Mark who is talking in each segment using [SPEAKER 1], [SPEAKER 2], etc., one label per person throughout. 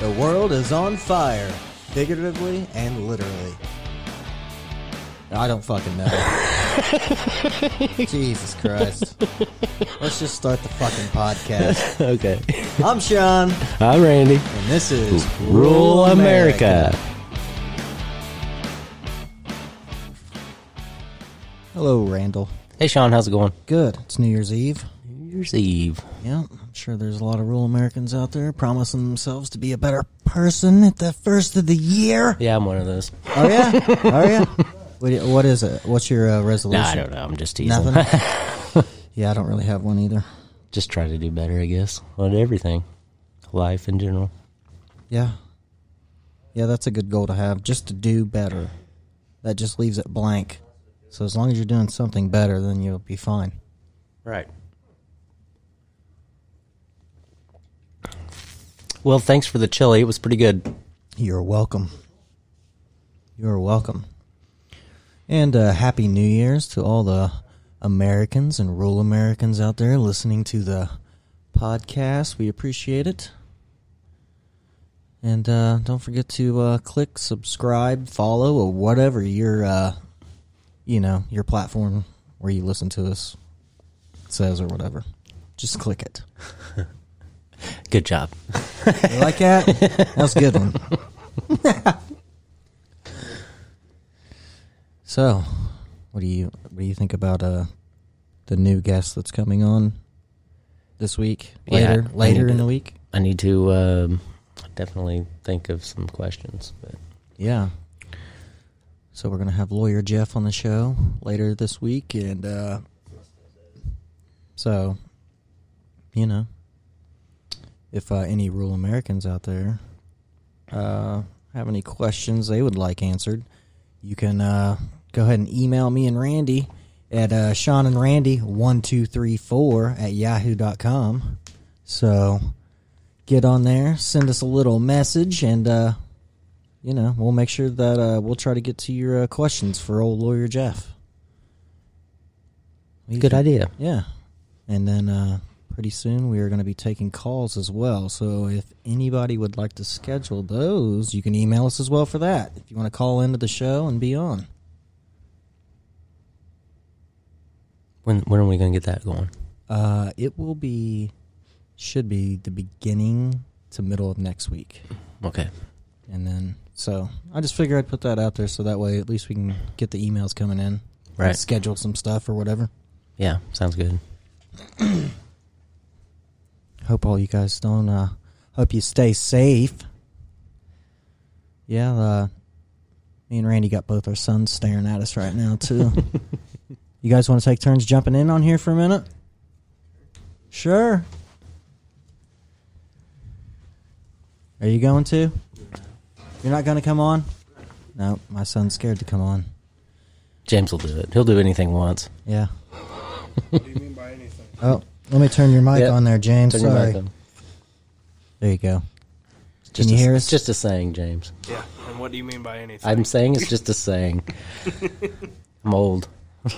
[SPEAKER 1] The world is on fire, figuratively and literally. I don't fucking know. Jesus Christ. Let's just start the fucking podcast.
[SPEAKER 2] Okay.
[SPEAKER 1] I'm Sean,
[SPEAKER 2] I'm Randy.
[SPEAKER 1] and this is
[SPEAKER 2] Rule America.
[SPEAKER 1] Hello, Randall.
[SPEAKER 2] Hey, Sean, how's it going?
[SPEAKER 1] Good. It's New Year's Eve.
[SPEAKER 2] New Year's Eve.
[SPEAKER 1] Yeah, I'm sure there's a lot of rural Americans out there promising themselves to be a better person at the first of the year.
[SPEAKER 2] Yeah, I'm one of those.
[SPEAKER 1] Oh yeah, oh yeah. What, do you- what is it? What's your uh, resolution?
[SPEAKER 2] Nah, I don't know. I'm just teasing.
[SPEAKER 1] Nothing. yeah, I don't really have one either.
[SPEAKER 2] Just try to do better, I guess, on everything, life in general.
[SPEAKER 1] Yeah, yeah, that's a good goal to have, just to do better. That just leaves it blank. So as long as you're doing something better, then you'll be fine.
[SPEAKER 2] Right. Well, thanks for the chili. It was pretty good.
[SPEAKER 1] You're welcome. You're welcome. And uh, happy New Year's to all the Americans and rural Americans out there listening to the podcast. We appreciate it. And uh, don't forget to uh, click subscribe, follow, or whatever your uh, you know your platform where you listen to us says or whatever. Just click it.
[SPEAKER 2] Good job.
[SPEAKER 1] You like that? that was a good one. so, what do you what do you think about uh the new guest that's coming on this week?
[SPEAKER 2] Yeah,
[SPEAKER 1] Later,
[SPEAKER 2] I uh,
[SPEAKER 1] later
[SPEAKER 2] need
[SPEAKER 1] in
[SPEAKER 2] to-
[SPEAKER 1] the week.
[SPEAKER 2] I need to um, definitely think of some questions. But
[SPEAKER 1] Yeah. So we're gonna have lawyer Jeff on the show later this week, and uh, so you know, if uh, any rural Americans out there uh, have any questions they would like answered, you can uh, go ahead and email me and Randy at uh, Sean and Randy one two three four at yahoo.com. So get on there, send us a little message, and uh, you know, we'll make sure that uh, we'll try to get to your uh, questions for old lawyer Jeff. What do you
[SPEAKER 2] good
[SPEAKER 1] think?
[SPEAKER 2] idea.
[SPEAKER 1] Yeah. And then uh, pretty soon we are going to be taking calls as well. So if anybody would like to schedule those, you can email us as well for that. If you want to call into the show and be on.
[SPEAKER 2] When when are we going to get that going?
[SPEAKER 1] Uh, it will be, should be the beginning to middle of next week.
[SPEAKER 2] Okay.
[SPEAKER 1] And then, so I just figure I'd put that out there so that way at least we can get the emails coming in.
[SPEAKER 2] Right.
[SPEAKER 1] And schedule some stuff or whatever.
[SPEAKER 2] Yeah, sounds good.
[SPEAKER 1] Hope all you guys don't. Uh, hope you stay safe. Yeah, uh, me and Randy got both our sons staring at us right now too. you guys want to take turns jumping in on here for a minute? Sure. Are you going to? You're not going to come on? No, my son's scared to come on.
[SPEAKER 2] James will do it. He'll do anything once.
[SPEAKER 1] Yeah.
[SPEAKER 3] do you mean by anything?
[SPEAKER 1] Oh, let me turn your mic
[SPEAKER 2] Yep.
[SPEAKER 1] on there, James.
[SPEAKER 2] Turn your
[SPEAKER 1] Sorry.
[SPEAKER 2] mic on.
[SPEAKER 1] There you go.
[SPEAKER 2] Just
[SPEAKER 1] you
[SPEAKER 2] a,
[SPEAKER 1] hear
[SPEAKER 2] it's
[SPEAKER 1] us?
[SPEAKER 2] Just a saying, James.
[SPEAKER 3] Yeah. And what do you mean by anything?
[SPEAKER 2] I'm saying it's just a saying. I'm old.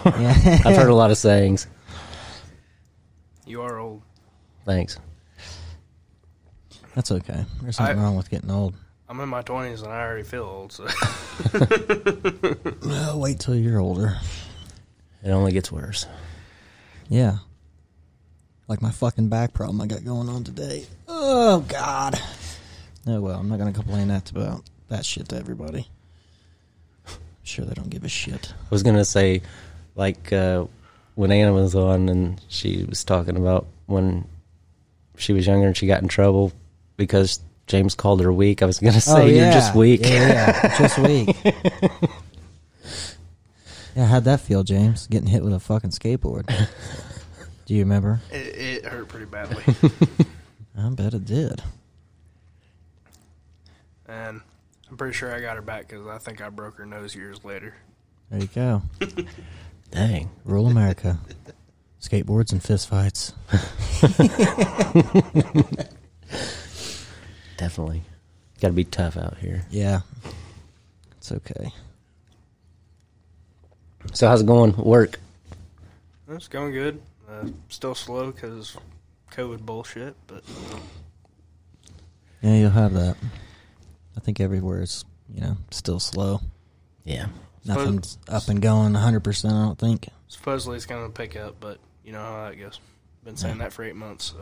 [SPEAKER 1] Yeah.
[SPEAKER 2] I've heard a lot of sayings.
[SPEAKER 3] you are old.
[SPEAKER 2] Thanks.
[SPEAKER 1] That's okay. There's nothing
[SPEAKER 3] I-
[SPEAKER 1] wrong with getting old.
[SPEAKER 3] I'm in my 20s and I already feel old. So
[SPEAKER 1] Oh, wait till you're older.
[SPEAKER 2] It only gets worse.
[SPEAKER 1] Yeah. Like my fucking back problem I got going on today. Oh God. Oh well, I'm not gonna complain that about that shit to everybody. I'm sure they don't give a shit.
[SPEAKER 2] I was gonna say, like uh, when Anna was on and she was talking about when she was younger and she got in trouble because James called her weak. I was gonna say you're just weak.
[SPEAKER 1] Oh, Yeah, yeah, just weak. yeah, how'd that feel, James? Getting hit with a fucking skateboard. Do you remember?
[SPEAKER 3] it, it hurt pretty badly.
[SPEAKER 1] I bet it did.
[SPEAKER 3] and I'm pretty sure I got her back because I think I broke her nose years later.
[SPEAKER 1] There you go.
[SPEAKER 2] Dang.
[SPEAKER 1] Rule America. Skateboards and fistfights.
[SPEAKER 2] Definitely. Got to be tough out here.
[SPEAKER 1] Yeah. It's okay.
[SPEAKER 2] So how's it going? Work.
[SPEAKER 3] It's going good. Uh, still slow because COVID bullshit, but
[SPEAKER 1] Yeah, you'll have that. I think everywhere is, you know, still slow.
[SPEAKER 2] Yeah.
[SPEAKER 1] Nothing's up and going 100%, I don't think.
[SPEAKER 3] Supposedly it's going to pick up, but you know how that goes. Been saying that for eight months,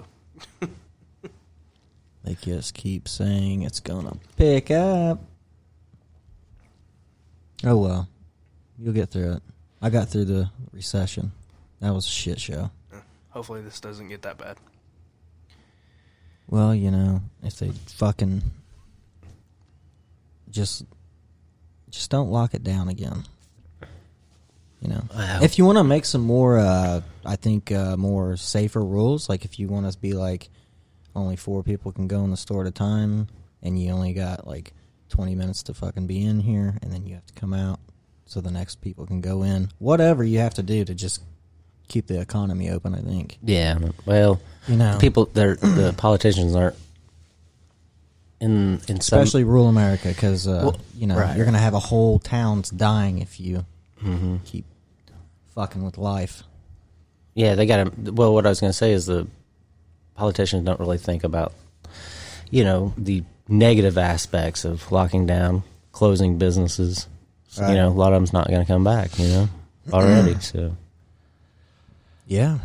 [SPEAKER 3] so
[SPEAKER 1] They just keep saying it's going to pick up. Oh, well. You'll get through it. I got through the recession. That was a shit show.
[SPEAKER 3] hopefully this doesn't get that bad.
[SPEAKER 1] Well, you know, if they fucking just just don't lock it down again. You know,
[SPEAKER 2] I hope-
[SPEAKER 1] if you want to make some more, uh, I think uh, more safer rules. Like if you want us to be like only four people can go in the store at a time, and you only got like twenty minutes to fucking be in here, and then you have to come out so the next people can go in. Whatever you have to do to just keep the economy open, I think.
[SPEAKER 2] Yeah. Well,
[SPEAKER 1] You know,
[SPEAKER 2] people, they're, the politicians aren't in, in some.
[SPEAKER 1] especially rural America, because uh,
[SPEAKER 2] Well,
[SPEAKER 1] you know
[SPEAKER 2] right.
[SPEAKER 1] you're gonna have a whole town's dying if you
[SPEAKER 2] Mm-hmm.
[SPEAKER 1] keep fucking with life.
[SPEAKER 2] Yeah, they got to. Well, what I was going to say is the politicians don't really think about, you know, the negative aspects of locking down, closing businesses.
[SPEAKER 1] Right.
[SPEAKER 2] You know, a lot of them's not going to come back. You know, already. so
[SPEAKER 1] Yeah,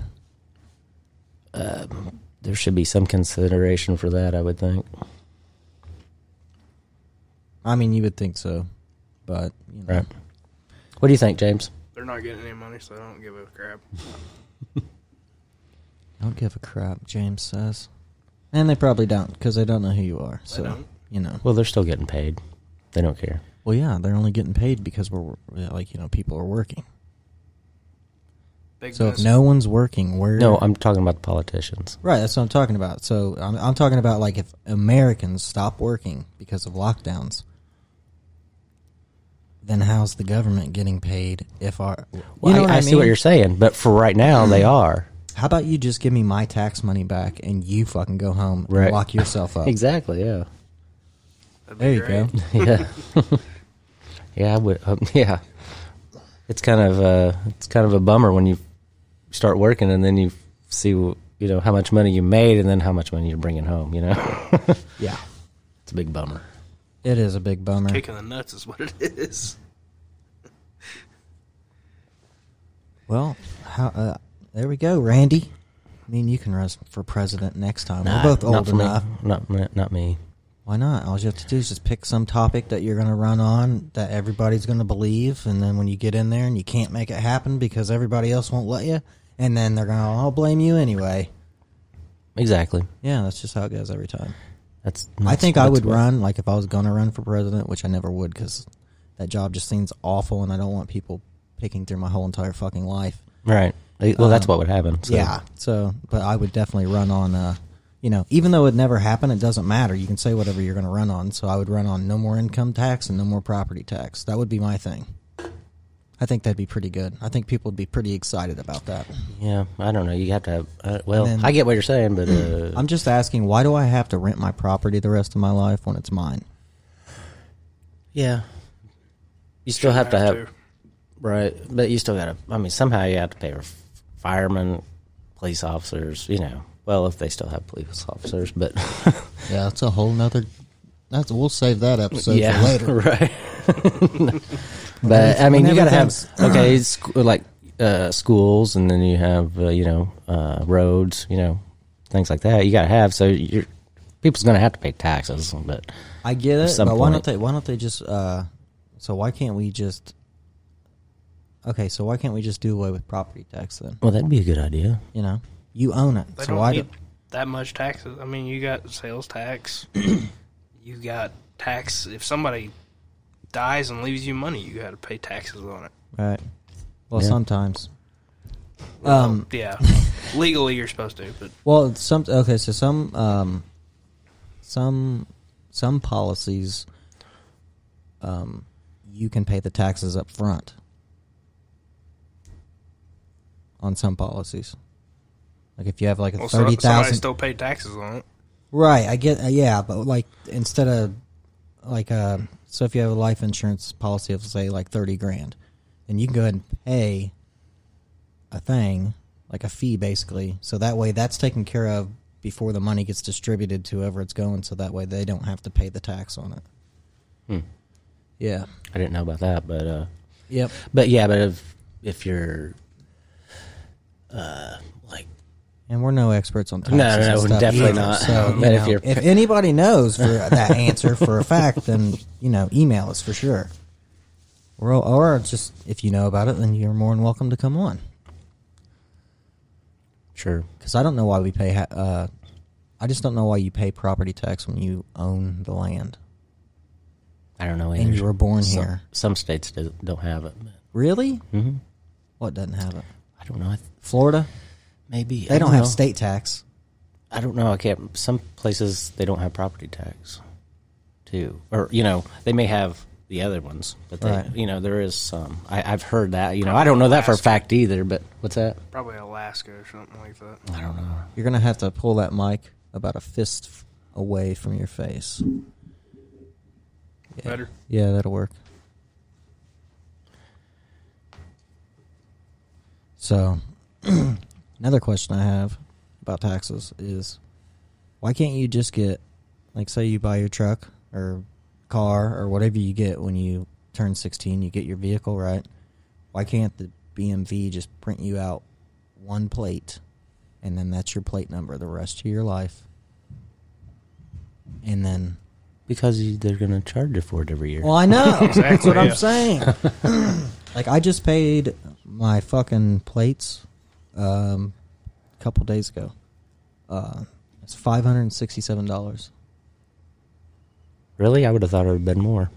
[SPEAKER 2] there should be some consideration for that. I would think.
[SPEAKER 1] I mean you would think so, but you know,
[SPEAKER 2] Right. What do you think, James?
[SPEAKER 3] They're not getting any money, so I don't give a crap.
[SPEAKER 1] I don't give a crap. James says, and they probably don't because they don't know who you are. So
[SPEAKER 3] don't.
[SPEAKER 1] you know,
[SPEAKER 2] Well, they're still getting paid. They don't care.
[SPEAKER 1] well, yeah, they're only getting paid because we're yeah, like you know people are working.
[SPEAKER 3] Big
[SPEAKER 1] So if
[SPEAKER 3] business.
[SPEAKER 1] no one's working, where
[SPEAKER 2] No, I'm talking about the politicians.
[SPEAKER 1] Right, that's what I'm talking about. So I'm, I'm talking about like if Americans stop working because of lockdowns, then how's the government getting paid? If our, you
[SPEAKER 2] Well,
[SPEAKER 1] know
[SPEAKER 2] I,
[SPEAKER 1] what
[SPEAKER 2] I,
[SPEAKER 1] I,
[SPEAKER 2] see
[SPEAKER 1] mean?
[SPEAKER 2] what you're saying, but for right now, they are.
[SPEAKER 1] How about you just give me my tax money back and you fucking go home
[SPEAKER 2] Right.
[SPEAKER 1] and lock yourself up?
[SPEAKER 2] Exactly. Yeah.
[SPEAKER 3] That'd be
[SPEAKER 1] There you go.
[SPEAKER 3] great.
[SPEAKER 2] yeah, yeah, I would. Um, yeah, it's kind of uh, it's kind of a bummer when you start working and then you see you know how much money you made and then how much money you're bringing home. You know,
[SPEAKER 1] Yeah,
[SPEAKER 2] it's a big bummer.
[SPEAKER 1] it is a big bummer.
[SPEAKER 3] Kick in the nuts is what it is.
[SPEAKER 1] Well, how, uh, there we go, Randy. I mean, you can run for president next time. We're both
[SPEAKER 2] Nah, not
[SPEAKER 1] old
[SPEAKER 2] for me.
[SPEAKER 1] enough.
[SPEAKER 2] Not me- not me.
[SPEAKER 1] Why not? All you have to do is just pick some topic that you're going to run on that everybody's going to believe, and then when you get in there and you can't make it happen because everybody else won't let you, and then they're going to all blame you anyway.
[SPEAKER 2] Exactly.
[SPEAKER 1] Yeah, that's just how it goes every time.
[SPEAKER 2] That's.
[SPEAKER 1] I
[SPEAKER 2] that's-
[SPEAKER 1] think I
[SPEAKER 2] that's
[SPEAKER 1] would
[SPEAKER 2] what-
[SPEAKER 1] run like if I was going to run for president, which I never would because that job just seems awful, and I don't want people picking through my whole entire fucking life.
[SPEAKER 2] Right. Eh, Well, that's what would happen. So.
[SPEAKER 1] Um, Yeah. So, but I would definitely run on, uh, you know, even though it never happened, it doesn't matter. You can say whatever you're going to run on. So I would run on no more income tax and no more property tax. That would be my thing. I think that'd be pretty good. I think people would be pretty excited about that.
[SPEAKER 2] Yeah. I don't know. You have to. Have, uh, well,
[SPEAKER 1] And then-
[SPEAKER 2] I get what you're saying, but uh,
[SPEAKER 1] I'm just asking, why do I have to rent my property the rest of my life when it's mine?
[SPEAKER 2] yeah. You still have to have.
[SPEAKER 3] Have to.
[SPEAKER 2] Right, but you still gotta. I mean, somehow you have to pay for f- firemen, police officers. You know, well, if they still have police officers, but
[SPEAKER 1] Yeah, that's a whole nother. That's we'll save that episode
[SPEAKER 2] yeah,
[SPEAKER 1] for later.
[SPEAKER 2] right. but I mean, you gotta have
[SPEAKER 1] everything's-
[SPEAKER 2] okay, sc- like uh, schools, and then you have uh, you know uh, roads, you know things like that. You gotta have so you're people's gonna have to pay taxes, but
[SPEAKER 1] I get
[SPEAKER 2] At
[SPEAKER 1] it,
[SPEAKER 2] some
[SPEAKER 1] but why
[SPEAKER 2] point.
[SPEAKER 1] don't they? Why don't they just? Uh, so why can't we just? Okay, so why can't we just do away with property tax then?
[SPEAKER 2] well, that'd be a good idea.
[SPEAKER 1] You know, you own it,
[SPEAKER 3] They
[SPEAKER 1] so
[SPEAKER 3] don't
[SPEAKER 1] why?
[SPEAKER 3] need
[SPEAKER 1] do-
[SPEAKER 3] that much taxes. I mean, you got sales tax. you got tax. If somebody dies and leaves you money, you got to pay taxes on it.
[SPEAKER 1] right. Well,
[SPEAKER 2] Yeah.
[SPEAKER 1] sometimes. Um.
[SPEAKER 3] Yeah, legally you're supposed to, but
[SPEAKER 1] Well, some. Okay, so some. Um. Some. Some policies. Um. You can pay the taxes up front. On some policies, like if you have like a
[SPEAKER 3] well, so-
[SPEAKER 1] thirty
[SPEAKER 3] somebody
[SPEAKER 1] thousand.
[SPEAKER 3] still paid taxes on it.
[SPEAKER 1] Right, I get uh, yeah, but like instead of like uh so if you have a life insurance policy of say like 30 grand, then you can go ahead and pay a thing, like a fee basically. So that way that's taken care of before the money gets distributed to whoever it's going, so that way they don't have to pay the tax on it.
[SPEAKER 2] Hmm.
[SPEAKER 1] Yeah.
[SPEAKER 2] I didn't know about that, but uh,
[SPEAKER 1] Yep.
[SPEAKER 2] but yeah, but if if you're uh, like
[SPEAKER 1] And we're no experts on taxes.
[SPEAKER 2] No, no,
[SPEAKER 1] and
[SPEAKER 2] no,
[SPEAKER 1] stuff
[SPEAKER 2] definitely
[SPEAKER 1] either,
[SPEAKER 2] not.
[SPEAKER 1] So,
[SPEAKER 2] But
[SPEAKER 1] you
[SPEAKER 2] if
[SPEAKER 1] know,
[SPEAKER 2] you're-
[SPEAKER 1] if anybody knows for that answer for a fact, then you know, email us for sure. Or, or just if you know about it, then you're more than welcome to come on.
[SPEAKER 2] sure,
[SPEAKER 1] Because I don't know why we pay. Ha- uh, I just don't know why you pay property tax when you own the land
[SPEAKER 2] I don't know.
[SPEAKER 1] and
[SPEAKER 2] either.
[SPEAKER 1] you were born
[SPEAKER 2] some,
[SPEAKER 1] here.
[SPEAKER 2] Some states do, don't have it.
[SPEAKER 1] Really?
[SPEAKER 2] Mm-hmm.
[SPEAKER 1] What doesn't have it?
[SPEAKER 2] I don't know. I th-
[SPEAKER 1] Florida?
[SPEAKER 2] maybe
[SPEAKER 1] They
[SPEAKER 2] I
[SPEAKER 1] don't have
[SPEAKER 2] know.
[SPEAKER 1] state tax.
[SPEAKER 2] I don't know. I can't. Some places they don't have property tax, too, or you know they may have the other ones, but they,
[SPEAKER 1] Right.
[SPEAKER 2] you know there is some. I, I've heard that. You know I don't know that for a fact either. But what's that?
[SPEAKER 3] Probably Alaska or something like that.
[SPEAKER 2] I don't know.
[SPEAKER 1] You're gonna have to pull that mic about a fist f- away from your face. Yeah.
[SPEAKER 3] Better.
[SPEAKER 1] Yeah, that'll work. So, another question I have about taxes is why can't you just get, like, say you buy your truck or car or whatever you get when you turn 16, you get your vehicle, right? Why can't the BMV just print you out one plate and then that's your plate number the rest of your life? And then
[SPEAKER 2] Because you, they're going to charge you for it every year.
[SPEAKER 1] well, I know. That's
[SPEAKER 3] Exactly,
[SPEAKER 1] what I'm
[SPEAKER 3] yeah.
[SPEAKER 1] saying. like, I just paid my fucking plates um, a couple days ago. Uh, it's five hundred and sixty-seven dollars.
[SPEAKER 2] really, I would have thought it would have been more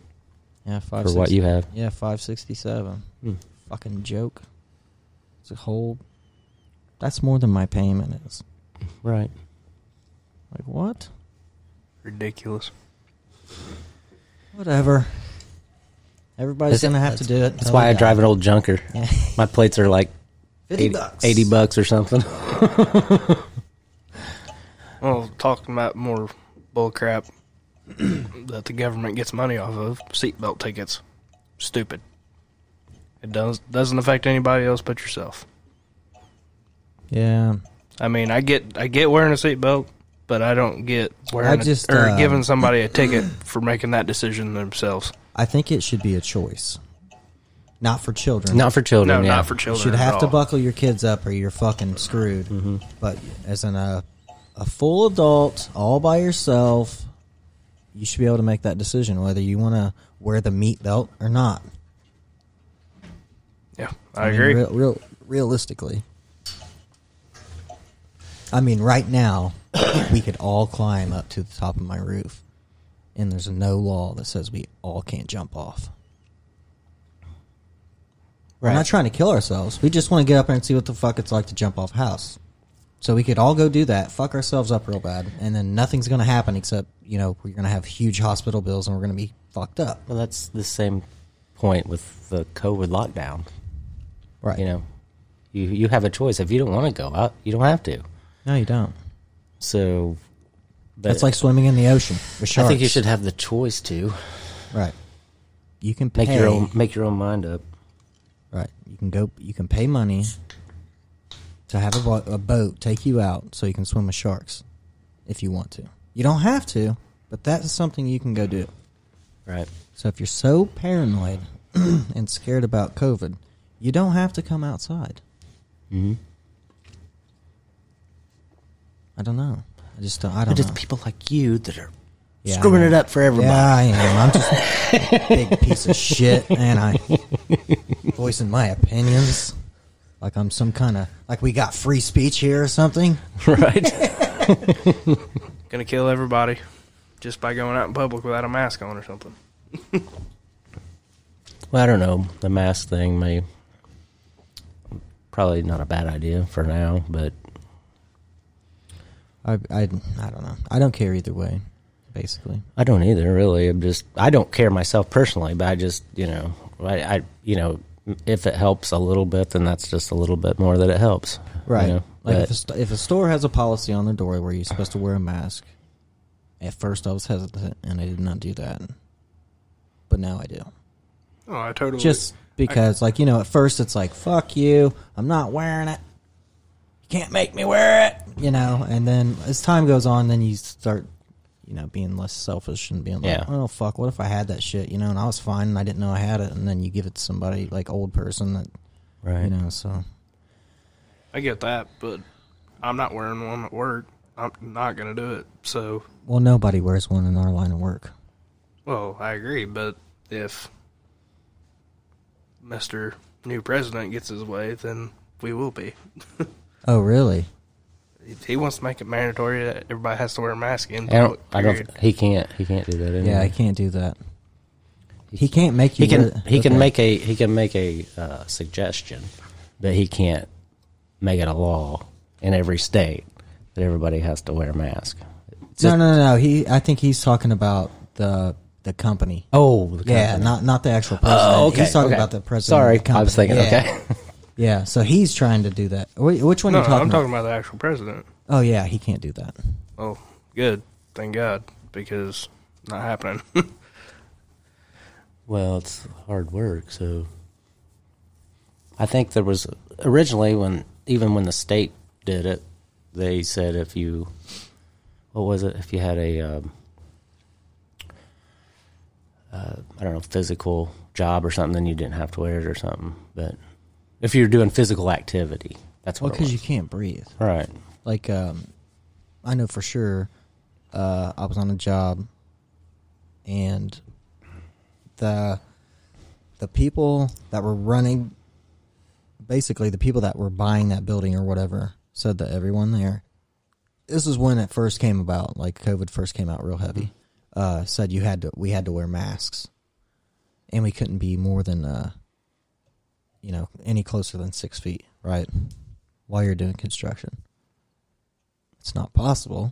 [SPEAKER 1] Yeah, five.
[SPEAKER 2] for what
[SPEAKER 1] sixty-
[SPEAKER 2] you have.
[SPEAKER 1] Yeah, five sixty-seven.
[SPEAKER 2] Hmm.
[SPEAKER 1] Fucking joke. It's a whole. That's more than my payment is.
[SPEAKER 2] Right.
[SPEAKER 1] Like what?
[SPEAKER 3] Ridiculous.
[SPEAKER 1] Whatever. Everybody's
[SPEAKER 2] That's-
[SPEAKER 1] gonna have to do it.
[SPEAKER 2] That's why I drive an old junker.
[SPEAKER 1] Yeah.
[SPEAKER 2] My plates are like
[SPEAKER 1] 50
[SPEAKER 2] 80
[SPEAKER 1] bucks.
[SPEAKER 2] 80 bucks or something.
[SPEAKER 3] Well, talking about more bull crap that the government gets money off of seatbelt tickets. Stupid. It does doesn't affect anybody else but yourself.
[SPEAKER 1] Yeah.
[SPEAKER 3] I mean, I get I get wearing a seatbelt, but I don't get wearing
[SPEAKER 1] I
[SPEAKER 3] a-
[SPEAKER 1] just,
[SPEAKER 3] or
[SPEAKER 1] uh,
[SPEAKER 3] giving somebody a ticket for making that decision themselves.
[SPEAKER 1] I think it should be a choice. Not for children.
[SPEAKER 2] Not for children.
[SPEAKER 3] No,
[SPEAKER 2] yeah.
[SPEAKER 3] not for
[SPEAKER 1] You
[SPEAKER 3] children.
[SPEAKER 1] should
[SPEAKER 3] at
[SPEAKER 1] have to
[SPEAKER 3] all. Mm-hmm.
[SPEAKER 1] buckle your kids up or you're fucking screwed. But as an uh, a full adult, all by yourself, you should be able to make that decision whether you want to wear the meat belt or not.
[SPEAKER 3] Yeah, I,
[SPEAKER 1] mean,
[SPEAKER 3] agree.
[SPEAKER 1] real, real, realistically, I mean, right now we could all climb up to the top of my roof, and there's no law that says we all can't jump off. We're not trying to kill ourselves. We just want to get up there and see what the fuck it's like to jump off a house. So we could all go do that, fuck ourselves up real bad, and then nothing's going to happen except you know we're going to have huge hospital bills and we're going to be fucked up.
[SPEAKER 2] Well, that's the same point with the COVID lockdown.
[SPEAKER 1] Right?
[SPEAKER 2] You know, you you have a choice. If you don't want to go out, you don't have to.
[SPEAKER 1] No, you don't.
[SPEAKER 2] So but
[SPEAKER 1] That's like swimming in the ocean with
[SPEAKER 2] I
[SPEAKER 1] sharks.
[SPEAKER 2] think you should have the choice to
[SPEAKER 1] Right. You can pay
[SPEAKER 2] make your own make your own mind up.
[SPEAKER 1] Right. You can go. You can pay money to have a, bo- a boat take you out so you can swim with sharks if you want to. You don't have to, but that's something you can go do.
[SPEAKER 2] Right.
[SPEAKER 1] So if you're so paranoid and scared about COVID, you don't have to come outside.
[SPEAKER 2] Mm-hmm.
[SPEAKER 1] I don't know. I just don't. I don't
[SPEAKER 2] But it's
[SPEAKER 1] know.
[SPEAKER 2] people like you that are
[SPEAKER 1] Yeah, I
[SPEAKER 2] screwing
[SPEAKER 1] know.
[SPEAKER 2] it up for everybody.
[SPEAKER 1] Yeah, I am. I'm just a big piece of shit, and I voicing my opinions like I'm some kind of like we got free speech here or something.
[SPEAKER 2] right.
[SPEAKER 3] Gonna kill everybody just by going out in public without a mask on or something.
[SPEAKER 2] Well, I don't know. The mask thing may probably not a bad idea for now, but
[SPEAKER 1] I, I, I don't know. I don't care either way, basically.
[SPEAKER 2] I don't either, really. I'm just I don't care myself personally, but I just you know I, I you know if it helps a little bit, then that's just a little bit more that it helps, you
[SPEAKER 1] Right.
[SPEAKER 2] know?
[SPEAKER 1] like
[SPEAKER 2] But-
[SPEAKER 1] if a, st- if a store has a policy on their door where you're supposed to wear a mask, at first I was hesitant and I did not do that, but now I do.
[SPEAKER 3] Oh, I totally
[SPEAKER 1] Just because, like you know, at first it's like fuck you, I'm not wearing it. You can't make me wear it, you know. And then as time goes on, then you start, you know, being less selfish and being like,
[SPEAKER 2] Yeah.
[SPEAKER 1] "Well, fuck, what if I had that shit?" You know, and I was fine and I didn't know I had it, and then you give it to somebody like old person that
[SPEAKER 2] Right.
[SPEAKER 1] you know. So
[SPEAKER 3] I get that, but I'm not wearing one at work. I'm not gonna do it. So,
[SPEAKER 1] well, nobody wears one in our line of work.
[SPEAKER 3] well, I agree. But if Mister New President gets his way, then we will be.
[SPEAKER 1] Oh, really?
[SPEAKER 3] If he wants to make it mandatory that everybody has to wear a mask in
[SPEAKER 2] I don't.
[SPEAKER 3] public,
[SPEAKER 2] I don't.
[SPEAKER 3] period.
[SPEAKER 2] He can't. He can't do that. Anyway.
[SPEAKER 1] Yeah, I can't do that. He can't make you.
[SPEAKER 2] He can.
[SPEAKER 1] wear-
[SPEAKER 2] He can
[SPEAKER 1] okay.
[SPEAKER 2] make a. He can make a uh, suggestion, but he can't make it a law in every state that everybody has to wear a mask. It's
[SPEAKER 1] No,
[SPEAKER 2] just-
[SPEAKER 1] no, no, no. He. I think he's talking about the the company.
[SPEAKER 2] Oh, the
[SPEAKER 1] Yeah,
[SPEAKER 2] company.
[SPEAKER 1] not not the actual president.
[SPEAKER 2] Oh, okay.
[SPEAKER 1] He's talking
[SPEAKER 2] okay.
[SPEAKER 1] about the president.
[SPEAKER 2] Sorry,
[SPEAKER 1] of the
[SPEAKER 2] I was
[SPEAKER 1] company.
[SPEAKER 2] thinking.
[SPEAKER 1] Yeah.
[SPEAKER 2] Okay.
[SPEAKER 1] Yeah, so he's trying to do that. Wh- Which one
[SPEAKER 3] No,
[SPEAKER 1] are you talking
[SPEAKER 3] I'm
[SPEAKER 1] about?
[SPEAKER 3] talking about the actual president.
[SPEAKER 1] Oh yeah, he can't do that.
[SPEAKER 3] Oh, good. Thank God, because not happening.
[SPEAKER 2] Well, it's hard work, so I think there was originally when even when the state did it, they said if you what was it if you had a um, uh, I don't know physical job or something, then you didn't have to wear it or something. But if you're doing physical activity, that's
[SPEAKER 1] Well,
[SPEAKER 2] what it
[SPEAKER 1] because you
[SPEAKER 2] was.
[SPEAKER 1] can't breathe.
[SPEAKER 2] right.
[SPEAKER 1] Like, um, I know for sure. Uh, I was on a job, and the the people that were running, basically the people that were buying that building or whatever, said to everyone there. This is when it first came about. Like COVID first came out real heavy. Uh, said you had to. We had to wear masks, and we couldn't be more than, uh, you know, any closer than six feet. Right. While you're doing construction. It's not possible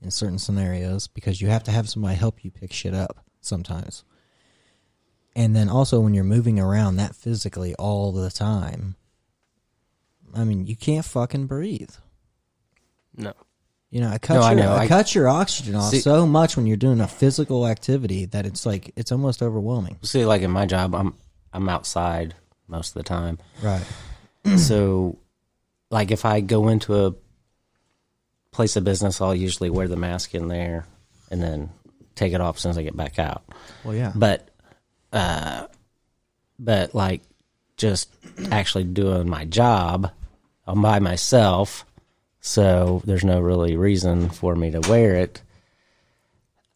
[SPEAKER 1] in certain scenarios because you have to have somebody help you pick shit up sometimes. And then also when you're moving around that physically all the time, I mean, you can't fucking breathe.
[SPEAKER 3] no.
[SPEAKER 1] You know, it cuts,
[SPEAKER 2] No, I
[SPEAKER 1] your,
[SPEAKER 2] know.
[SPEAKER 1] it
[SPEAKER 2] I-
[SPEAKER 1] cuts your oxygen off
[SPEAKER 2] See-
[SPEAKER 1] so much when you're doing a physical activity that it's like, it's almost overwhelming.
[SPEAKER 2] See, like in my job, I'm I'm outside most of the time.
[SPEAKER 1] Right.
[SPEAKER 2] so like if I go into a place of business, I'll usually wear the mask in there and then take it off as soon as I get back out.
[SPEAKER 1] Well, yeah.
[SPEAKER 2] But uh but like just actually doing my job, I'm by myself, so there's no really reason for me to wear it.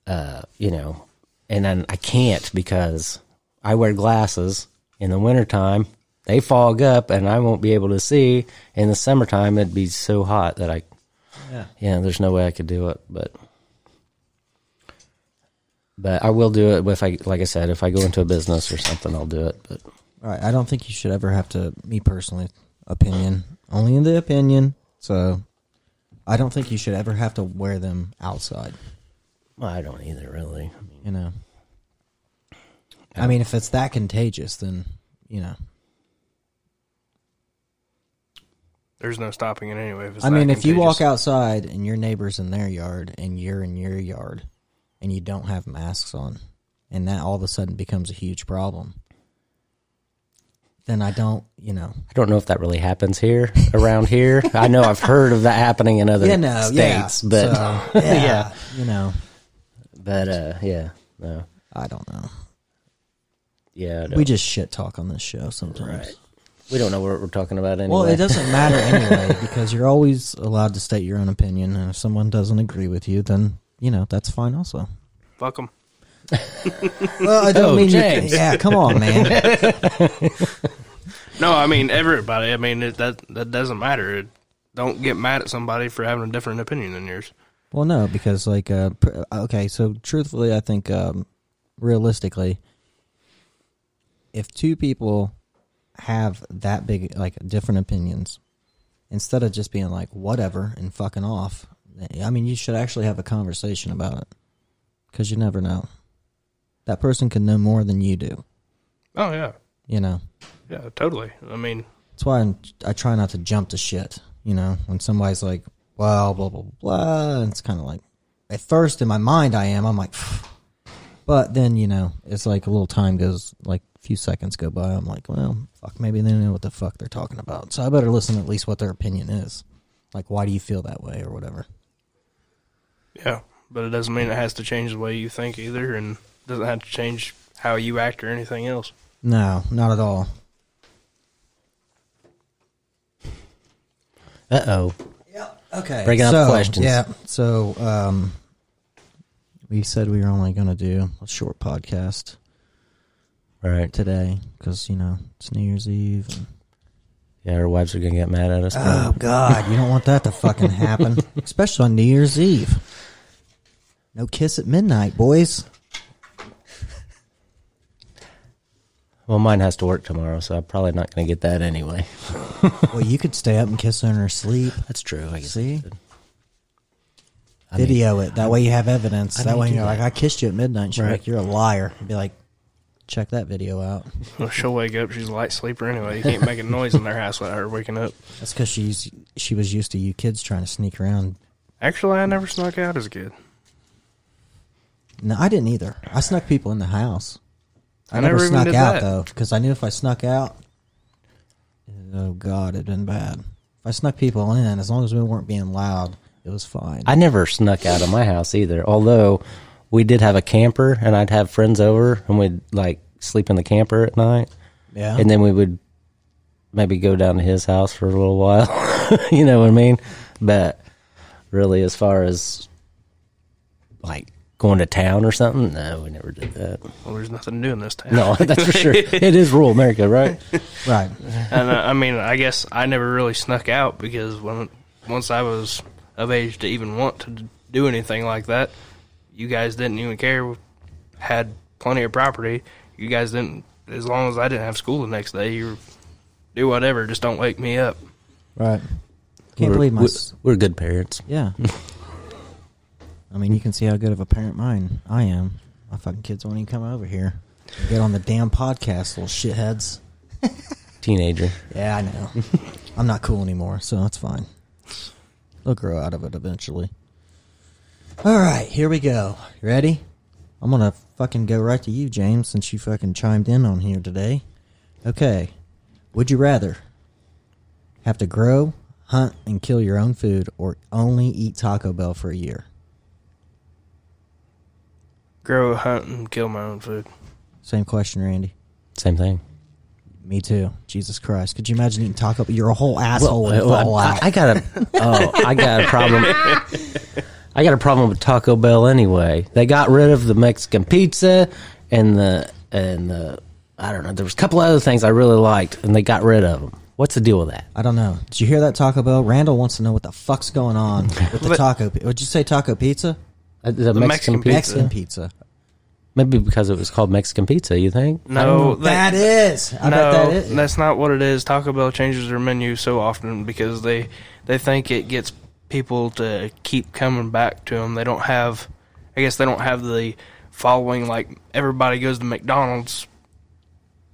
[SPEAKER 2] Uh, you know. And then I can't because I wear glasses in the wintertime. They fog up and I won't be able to see. In the summertime it'd be so hot that I
[SPEAKER 1] Yeah.
[SPEAKER 2] yeah, there's no way I could do it, but but I will do it if I like I said, if I go into a business or something, I'll do it. But
[SPEAKER 1] All right. I don't think you should ever have to, me personally, opinion, only in the opinion. So I don't think you should ever have to wear them outside,
[SPEAKER 2] well, I don't either really. I mean,
[SPEAKER 1] you know. I mean, if it's that contagious, then, you know.
[SPEAKER 3] There's no stopping it anyway. If it's
[SPEAKER 1] I mean, if you walk
[SPEAKER 3] out,
[SPEAKER 1] outside and your neighbor's in their yard and you're in your yard and you don't have masks on and that all of a sudden becomes a huge problem, then I don't, you know.
[SPEAKER 2] I don't know if that really happens here around here. I know I've heard of that happening in other
[SPEAKER 1] Yeah, no,
[SPEAKER 2] states,
[SPEAKER 1] yeah.
[SPEAKER 2] but
[SPEAKER 1] So, yeah, You know,
[SPEAKER 2] but uh, yeah, no,
[SPEAKER 1] I don't know.
[SPEAKER 2] yeah, I
[SPEAKER 1] We
[SPEAKER 2] don't-
[SPEAKER 1] just shit talk on this show sometimes.
[SPEAKER 2] we don't know what we're talking about anyway.
[SPEAKER 1] Well, it doesn't matter anyway because you're always allowed to state your own opinion, and if someone doesn't agree with you, then you know that's fine also.
[SPEAKER 3] fuck them.
[SPEAKER 1] Well, I don't
[SPEAKER 2] Oh,
[SPEAKER 1] mean you-
[SPEAKER 2] James.
[SPEAKER 1] yeah. Come on, man.
[SPEAKER 3] No, I mean everybody. I mean it, that that doesn't matter. It, don't get mad at somebody for having a different opinion than yours.
[SPEAKER 1] well, no, because like uh, pr- okay, so truthfully, I think um, realistically, if two people have that big like different opinions, instead of just being like whatever and fucking off, I mean, you should actually have a conversation about it because you never know. That person could know more than you do.
[SPEAKER 3] Oh yeah,
[SPEAKER 1] You know,
[SPEAKER 3] yeah, totally. I mean,
[SPEAKER 1] that's why I'm, I try not to jump to shit. You know, when somebody's like, "Well, blah blah blah," and it's kind of like, at first in my mind, I am. I'm like, but then you know, it's like a little time goes, like a few seconds go by. I'm like, well, fuck, maybe they know what the fuck they're talking about, so I better listen to at least what their opinion is. Like, why do you feel that way or whatever?
[SPEAKER 3] Yeah, but it doesn't mean it has to change the way you think either, and doesn't have to change how you act or anything else.
[SPEAKER 1] No, not at all.
[SPEAKER 2] Uh oh.
[SPEAKER 1] Okay.
[SPEAKER 2] Breaking up
[SPEAKER 1] so,
[SPEAKER 2] questions.
[SPEAKER 1] Yeah. So, um, we said we were only going to do a short podcast
[SPEAKER 2] All right.
[SPEAKER 1] today because, you know, it's New Year's Eve. And,
[SPEAKER 2] Yeah, our wives are gonna get mad at us.
[SPEAKER 1] oh, God. You don't want that to fucking happen, especially on New Year's Eve. No kiss at midnight, boys.
[SPEAKER 2] Well, mine has to work tomorrow, so I'm probably not gonna get that anyway.
[SPEAKER 1] Well, you could stay up and kiss her in her sleep.
[SPEAKER 2] That's true. I guess.
[SPEAKER 1] See?
[SPEAKER 2] I mean,
[SPEAKER 1] Video it. That way you have evidence.
[SPEAKER 2] I
[SPEAKER 1] that
[SPEAKER 2] may
[SPEAKER 1] way
[SPEAKER 2] do
[SPEAKER 1] you're like,
[SPEAKER 2] that.
[SPEAKER 1] I kissed you at midnight. And she's
[SPEAKER 2] Right.
[SPEAKER 1] like, you're a liar. Be like, check that video out.
[SPEAKER 3] Well, she'll wake up. She's a light sleeper anyway. You can't make a noise in their house without her waking up.
[SPEAKER 1] That's because she's she was used to you kids trying to sneak around.
[SPEAKER 3] Actually, I never snuck out as a kid.
[SPEAKER 1] No, I didn't either. I snuck people in the house. I,
[SPEAKER 3] I
[SPEAKER 1] never,
[SPEAKER 3] never even
[SPEAKER 1] snuck
[SPEAKER 3] did
[SPEAKER 1] out
[SPEAKER 3] that.
[SPEAKER 1] though, because I knew if I snuck out, oh god, it'd been bad. If I snuck people in, as long as we weren't being loud, it was fine.
[SPEAKER 2] I never snuck out of my house either. Although we did have a camper, and I'd have friends over, and we'd like sleep in the camper at night,
[SPEAKER 1] yeah,
[SPEAKER 2] and then we would maybe go down to his house for a little while. you know what I mean? But really, as far as like going to town or something, no, we never did that.
[SPEAKER 3] Well, there's nothing to do in this town.
[SPEAKER 2] No, that's for sure. It is rural America, right?
[SPEAKER 1] right.
[SPEAKER 3] and uh, I mean, I guess I never really snuck out because when once I was of age to even want to d- do anything like that, you guys didn't even care. Had plenty of property. You guys didn't. As long as I didn't have school the next day, you were- do whatever. Just don't wake me up.
[SPEAKER 1] Right. Can't believe my.
[SPEAKER 2] We're,
[SPEAKER 1] s-
[SPEAKER 2] we're good parents.
[SPEAKER 1] yeah. I mean, you can see how good of a parent mine I am. My fucking kids won't even come over here. Get on the damn podcast, little shitheads.
[SPEAKER 2] Teenager.
[SPEAKER 1] Yeah, I know. I'm not cool anymore, so that's fine. They'll grow out of it eventually. All right, here we go. You ready? I'm gonna fucking go right to you, James, since you fucking chimed in on here today. Okay. Would you rather have to grow, hunt, and kill your own food, or only eat Taco Bell for a year?
[SPEAKER 3] Grow, hunt, and kill my own food.
[SPEAKER 1] Same question, Randy.
[SPEAKER 2] Same thing.
[SPEAKER 1] Me too. Jesus Christ. Could you imagine eating Taco Bell? You're a whole asshole
[SPEAKER 2] Well,
[SPEAKER 1] would
[SPEAKER 2] well,
[SPEAKER 1] fall
[SPEAKER 2] I,
[SPEAKER 1] out.
[SPEAKER 2] I got a oh, I got a problem. I got a problem with Taco Bell anyway. They got rid of the Mexican pizza and the and the I don't know. There was a couple other things I really liked, and they got rid of them. What's the deal with that?
[SPEAKER 1] I don't know. Did you hear that Taco Bell? Randall wants to know what the fuck's going on with the
[SPEAKER 3] But-
[SPEAKER 1] taco. pi- Would you say taco pizza?
[SPEAKER 2] Uh, The, Mexican,
[SPEAKER 3] Mexican
[SPEAKER 2] pizza,
[SPEAKER 1] Mexican pizza.
[SPEAKER 2] maybe because it was called Mexican pizza. You think?
[SPEAKER 3] No, they-
[SPEAKER 1] that is. I bet
[SPEAKER 3] no,
[SPEAKER 1] that is.
[SPEAKER 3] that's not what it is. Taco Bell changes their menu so often because they they think it gets people to keep coming back to them. They don't have, I guess they don't have the following like everybody goes to McDonald's.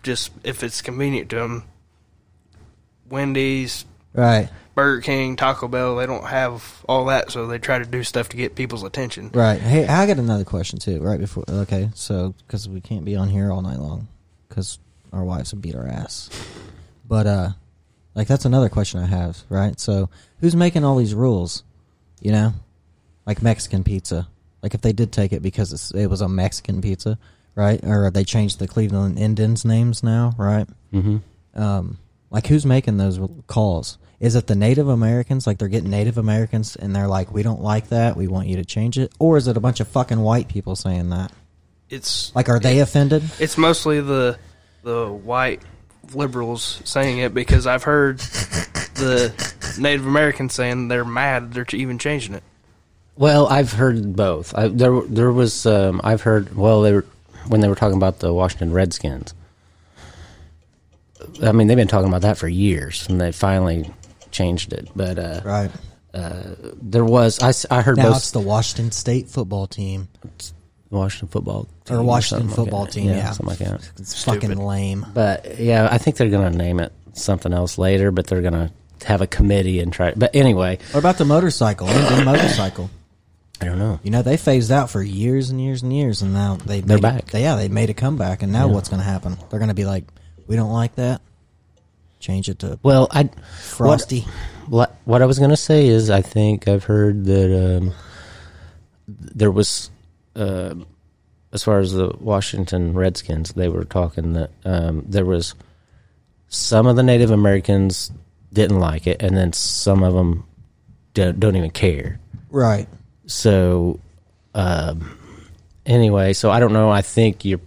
[SPEAKER 3] Just if it's convenient to them, Wendy's,
[SPEAKER 1] right,
[SPEAKER 3] Burger King, Taco Bell, they don't have all that, so they try to do stuff to get people's attention.
[SPEAKER 1] right. Hey, I got another question too. Right before. Okay, so because we can't be on here all night long because our wives would beat our ass. But uh, like that's another question I have. Right. So who's making all these rules? You know, like Mexican pizza. Like if they did take it because it's, it was a Mexican pizza, right? Or they changed the Cleveland Indians names now, right?
[SPEAKER 2] Mm-hmm.
[SPEAKER 1] um, like who's making those calls? Is it the Native Americans? Like they're getting Native Americans and they're like, we don't like that. We want you to change it. Or is it a bunch of fucking white people saying that?
[SPEAKER 3] It's
[SPEAKER 1] Like, are they offended?
[SPEAKER 3] It's mostly the the white liberals saying it because I've heard the Native Americans saying they're mad they're even changing it.
[SPEAKER 2] Well, I've heard both. I, there, there was. Um, I've heard. Well, they were when they were talking about the Washington Redskins. I mean, they've been talking about that for years, and they finally changed it. But uh,
[SPEAKER 1] Right.
[SPEAKER 2] there was. I, s- I heard
[SPEAKER 1] Now it's
[SPEAKER 2] both
[SPEAKER 1] the Washington State football team.
[SPEAKER 2] Washington football team
[SPEAKER 1] Or Washington
[SPEAKER 2] something like
[SPEAKER 1] football
[SPEAKER 2] that.
[SPEAKER 1] team, yeah.
[SPEAKER 2] something like that.
[SPEAKER 1] It's fucking lame.
[SPEAKER 2] But yeah, I think they're going to name it something else later. But they're going to have a committee and try. But anyway,
[SPEAKER 1] What about the motorcycle? Indian motorcycle.
[SPEAKER 2] I don't know.
[SPEAKER 1] You know, they phased out for years and years and years, and now they
[SPEAKER 2] They're
[SPEAKER 1] made-
[SPEAKER 2] back.
[SPEAKER 1] yeah, they made a comeback, and now what's going to happen? They're going to be like, we don't like that. Change it to
[SPEAKER 2] Well, I
[SPEAKER 1] frosty.
[SPEAKER 2] what what I was gonna say is I think I've heard that um, there was uh, as far as the Washington Redskins they were talking that um, there was some of the Native Americans didn't like it and then some of them don't, don't even care
[SPEAKER 1] Right.
[SPEAKER 2] so um anyway so i don't know i think you're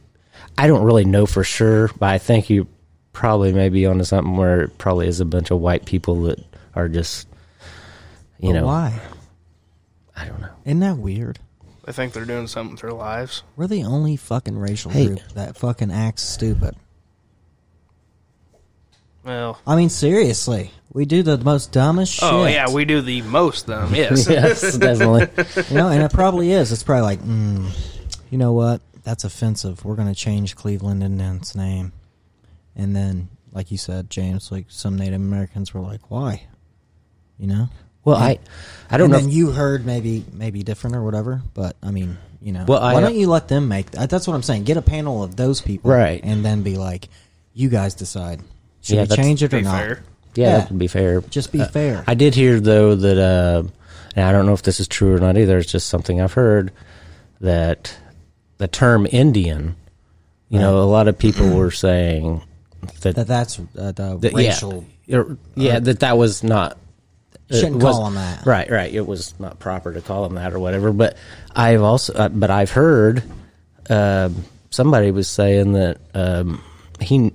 [SPEAKER 2] i don't really know for sure but i think you probably may be onto something where it probably is a bunch of white people that are just you
[SPEAKER 1] But
[SPEAKER 2] know
[SPEAKER 1] why?
[SPEAKER 2] i don't know
[SPEAKER 1] Isn't that weird?
[SPEAKER 3] They think they're doing something with their lives.
[SPEAKER 1] We're the only fucking racial
[SPEAKER 2] Hey.
[SPEAKER 1] group that fucking acts stupid.
[SPEAKER 3] Well,
[SPEAKER 1] I mean, seriously, we do the most dumbest shit.
[SPEAKER 3] oh yeah, we do the most of them. Yes.
[SPEAKER 2] yes definitely
[SPEAKER 1] you know, and it probably is. It's probably like, mm, you know what? That's offensive. We're going to change Cleveland Indians' name. And then, like you said, James, like some Native Americans were like, why? You know?
[SPEAKER 2] well i i don't
[SPEAKER 1] and
[SPEAKER 2] know
[SPEAKER 1] then
[SPEAKER 2] if-
[SPEAKER 1] you heard maybe maybe different or whatever, but I mean, you know,
[SPEAKER 2] Well, I- uh,
[SPEAKER 1] why don't you let them make? That? That's what I'm saying. Get a panel of those people,
[SPEAKER 2] Right.
[SPEAKER 1] and then be like, you guys decide. Should
[SPEAKER 2] Yeah,
[SPEAKER 1] we
[SPEAKER 2] that's-
[SPEAKER 1] change it or
[SPEAKER 3] Be
[SPEAKER 1] not?
[SPEAKER 3] fair.
[SPEAKER 2] yeah,
[SPEAKER 1] yeah.
[SPEAKER 2] that would be fair
[SPEAKER 1] Just be fair.
[SPEAKER 2] I did hear though that, uh, and I don't know if this is true or not either. It's just something I've heard that the term Indian, you know, a lot of people were saying that,
[SPEAKER 1] that that's uh, the
[SPEAKER 2] that-
[SPEAKER 1] racial. uh,
[SPEAKER 2] yeah, or- yeah, that that was not. it
[SPEAKER 1] Shouldn't
[SPEAKER 2] was-
[SPEAKER 1] call 'em that.
[SPEAKER 2] Right, right. It was not proper to call them that or whatever. But I've also, uh, but I've heard um somebody was saying that um, he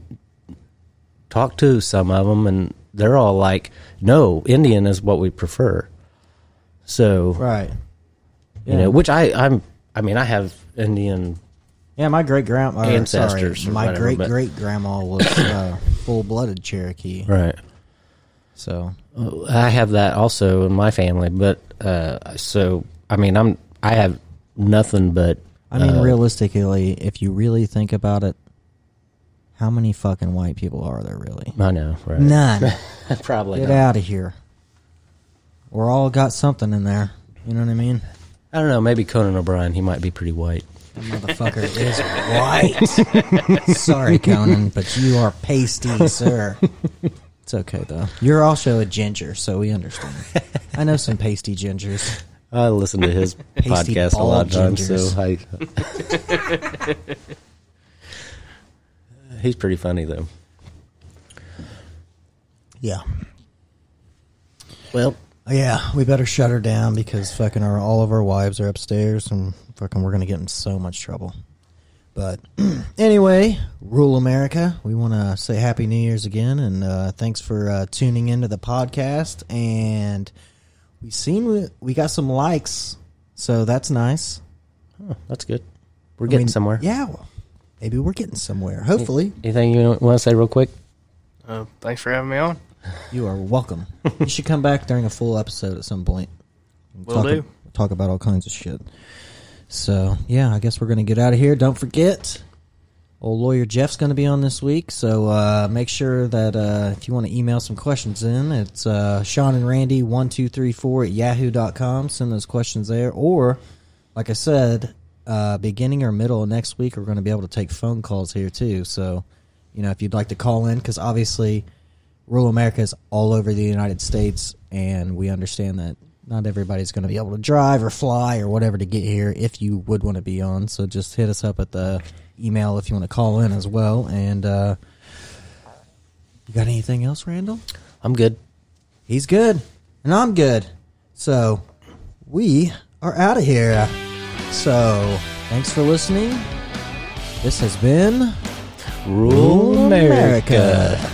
[SPEAKER 2] talked to some of them, and they're all like, "No, Indian is what we prefer." So
[SPEAKER 1] Right.
[SPEAKER 2] you know, which I, I'm. I mean, I have Indian.
[SPEAKER 1] Yeah, my great grandma
[SPEAKER 2] Ancestors or
[SPEAKER 1] Sorry, my
[SPEAKER 2] whatever,
[SPEAKER 1] great
[SPEAKER 2] but-
[SPEAKER 1] great grandma was uh, full blooded Cherokee,
[SPEAKER 2] Right.
[SPEAKER 1] so
[SPEAKER 2] I have that also in my family, but uh, so I mean, I'm I have nothing but
[SPEAKER 1] I mean,
[SPEAKER 2] uh,
[SPEAKER 1] realistically, if you really think about it, how many fucking white people are there really?
[SPEAKER 2] I know, right?
[SPEAKER 1] None.
[SPEAKER 2] probably.
[SPEAKER 1] Get
[SPEAKER 2] Not.
[SPEAKER 1] out of here. We're all got something in there. You know what I mean?
[SPEAKER 2] I don't know. Maybe Conan O'Brien. He might be pretty white.
[SPEAKER 1] That motherfucker is white. Sorry, Conan, but you are pasty, sir. It's okay though. You're also a ginger, so we understand. I know some pasty gingers.
[SPEAKER 2] I listen to his
[SPEAKER 1] Pasty
[SPEAKER 2] podcast a
[SPEAKER 1] bald
[SPEAKER 2] lot of times,
[SPEAKER 1] gingers.
[SPEAKER 2] so I. He's pretty funny though.
[SPEAKER 1] Yeah.
[SPEAKER 2] Well,
[SPEAKER 1] Yeah, we better shut her down because fucking our all of our wives are upstairs and fucking we're gonna get in so much trouble. But anyway, rule America. We want to say Happy New Year's again, and uh, thanks for uh, tuning into the podcast. And we seen we, we got some likes, so that's nice.
[SPEAKER 2] that's good. We're
[SPEAKER 1] I
[SPEAKER 2] getting
[SPEAKER 1] mean,
[SPEAKER 2] somewhere.
[SPEAKER 1] Yeah, well, maybe we're getting somewhere. Hopefully,
[SPEAKER 2] Anything you want to say real quick?
[SPEAKER 3] Uh, thanks for having me on.
[SPEAKER 1] you are welcome. you should come back during a full episode at some point.
[SPEAKER 3] Will
[SPEAKER 1] talk,
[SPEAKER 3] do.
[SPEAKER 1] talk about all kinds of shit. So yeah, I guess we're gonna get out of here. Don't forget, old lawyer Jeff's gonna be on this week. So uh, make sure that uh, if you want to email some questions in, it's uh, Sean and Randy one two three four at yahoo.com. Send those questions there, or like I said, uh, beginning or middle of next week, we're gonna be able to take phone calls here too. So you know if you'd like to call in, because obviously rural America is all over the United States, and we understand that not everybody's going to be able to drive or fly or whatever to get here if you would want to be on. So just hit us up at the email if you want to call in as well. And uh, you got anything else, Randall?
[SPEAKER 2] I'm good.
[SPEAKER 1] He's good, and I'm good. So we are out of here. So thanks for listening. This has been
[SPEAKER 2] Rule America.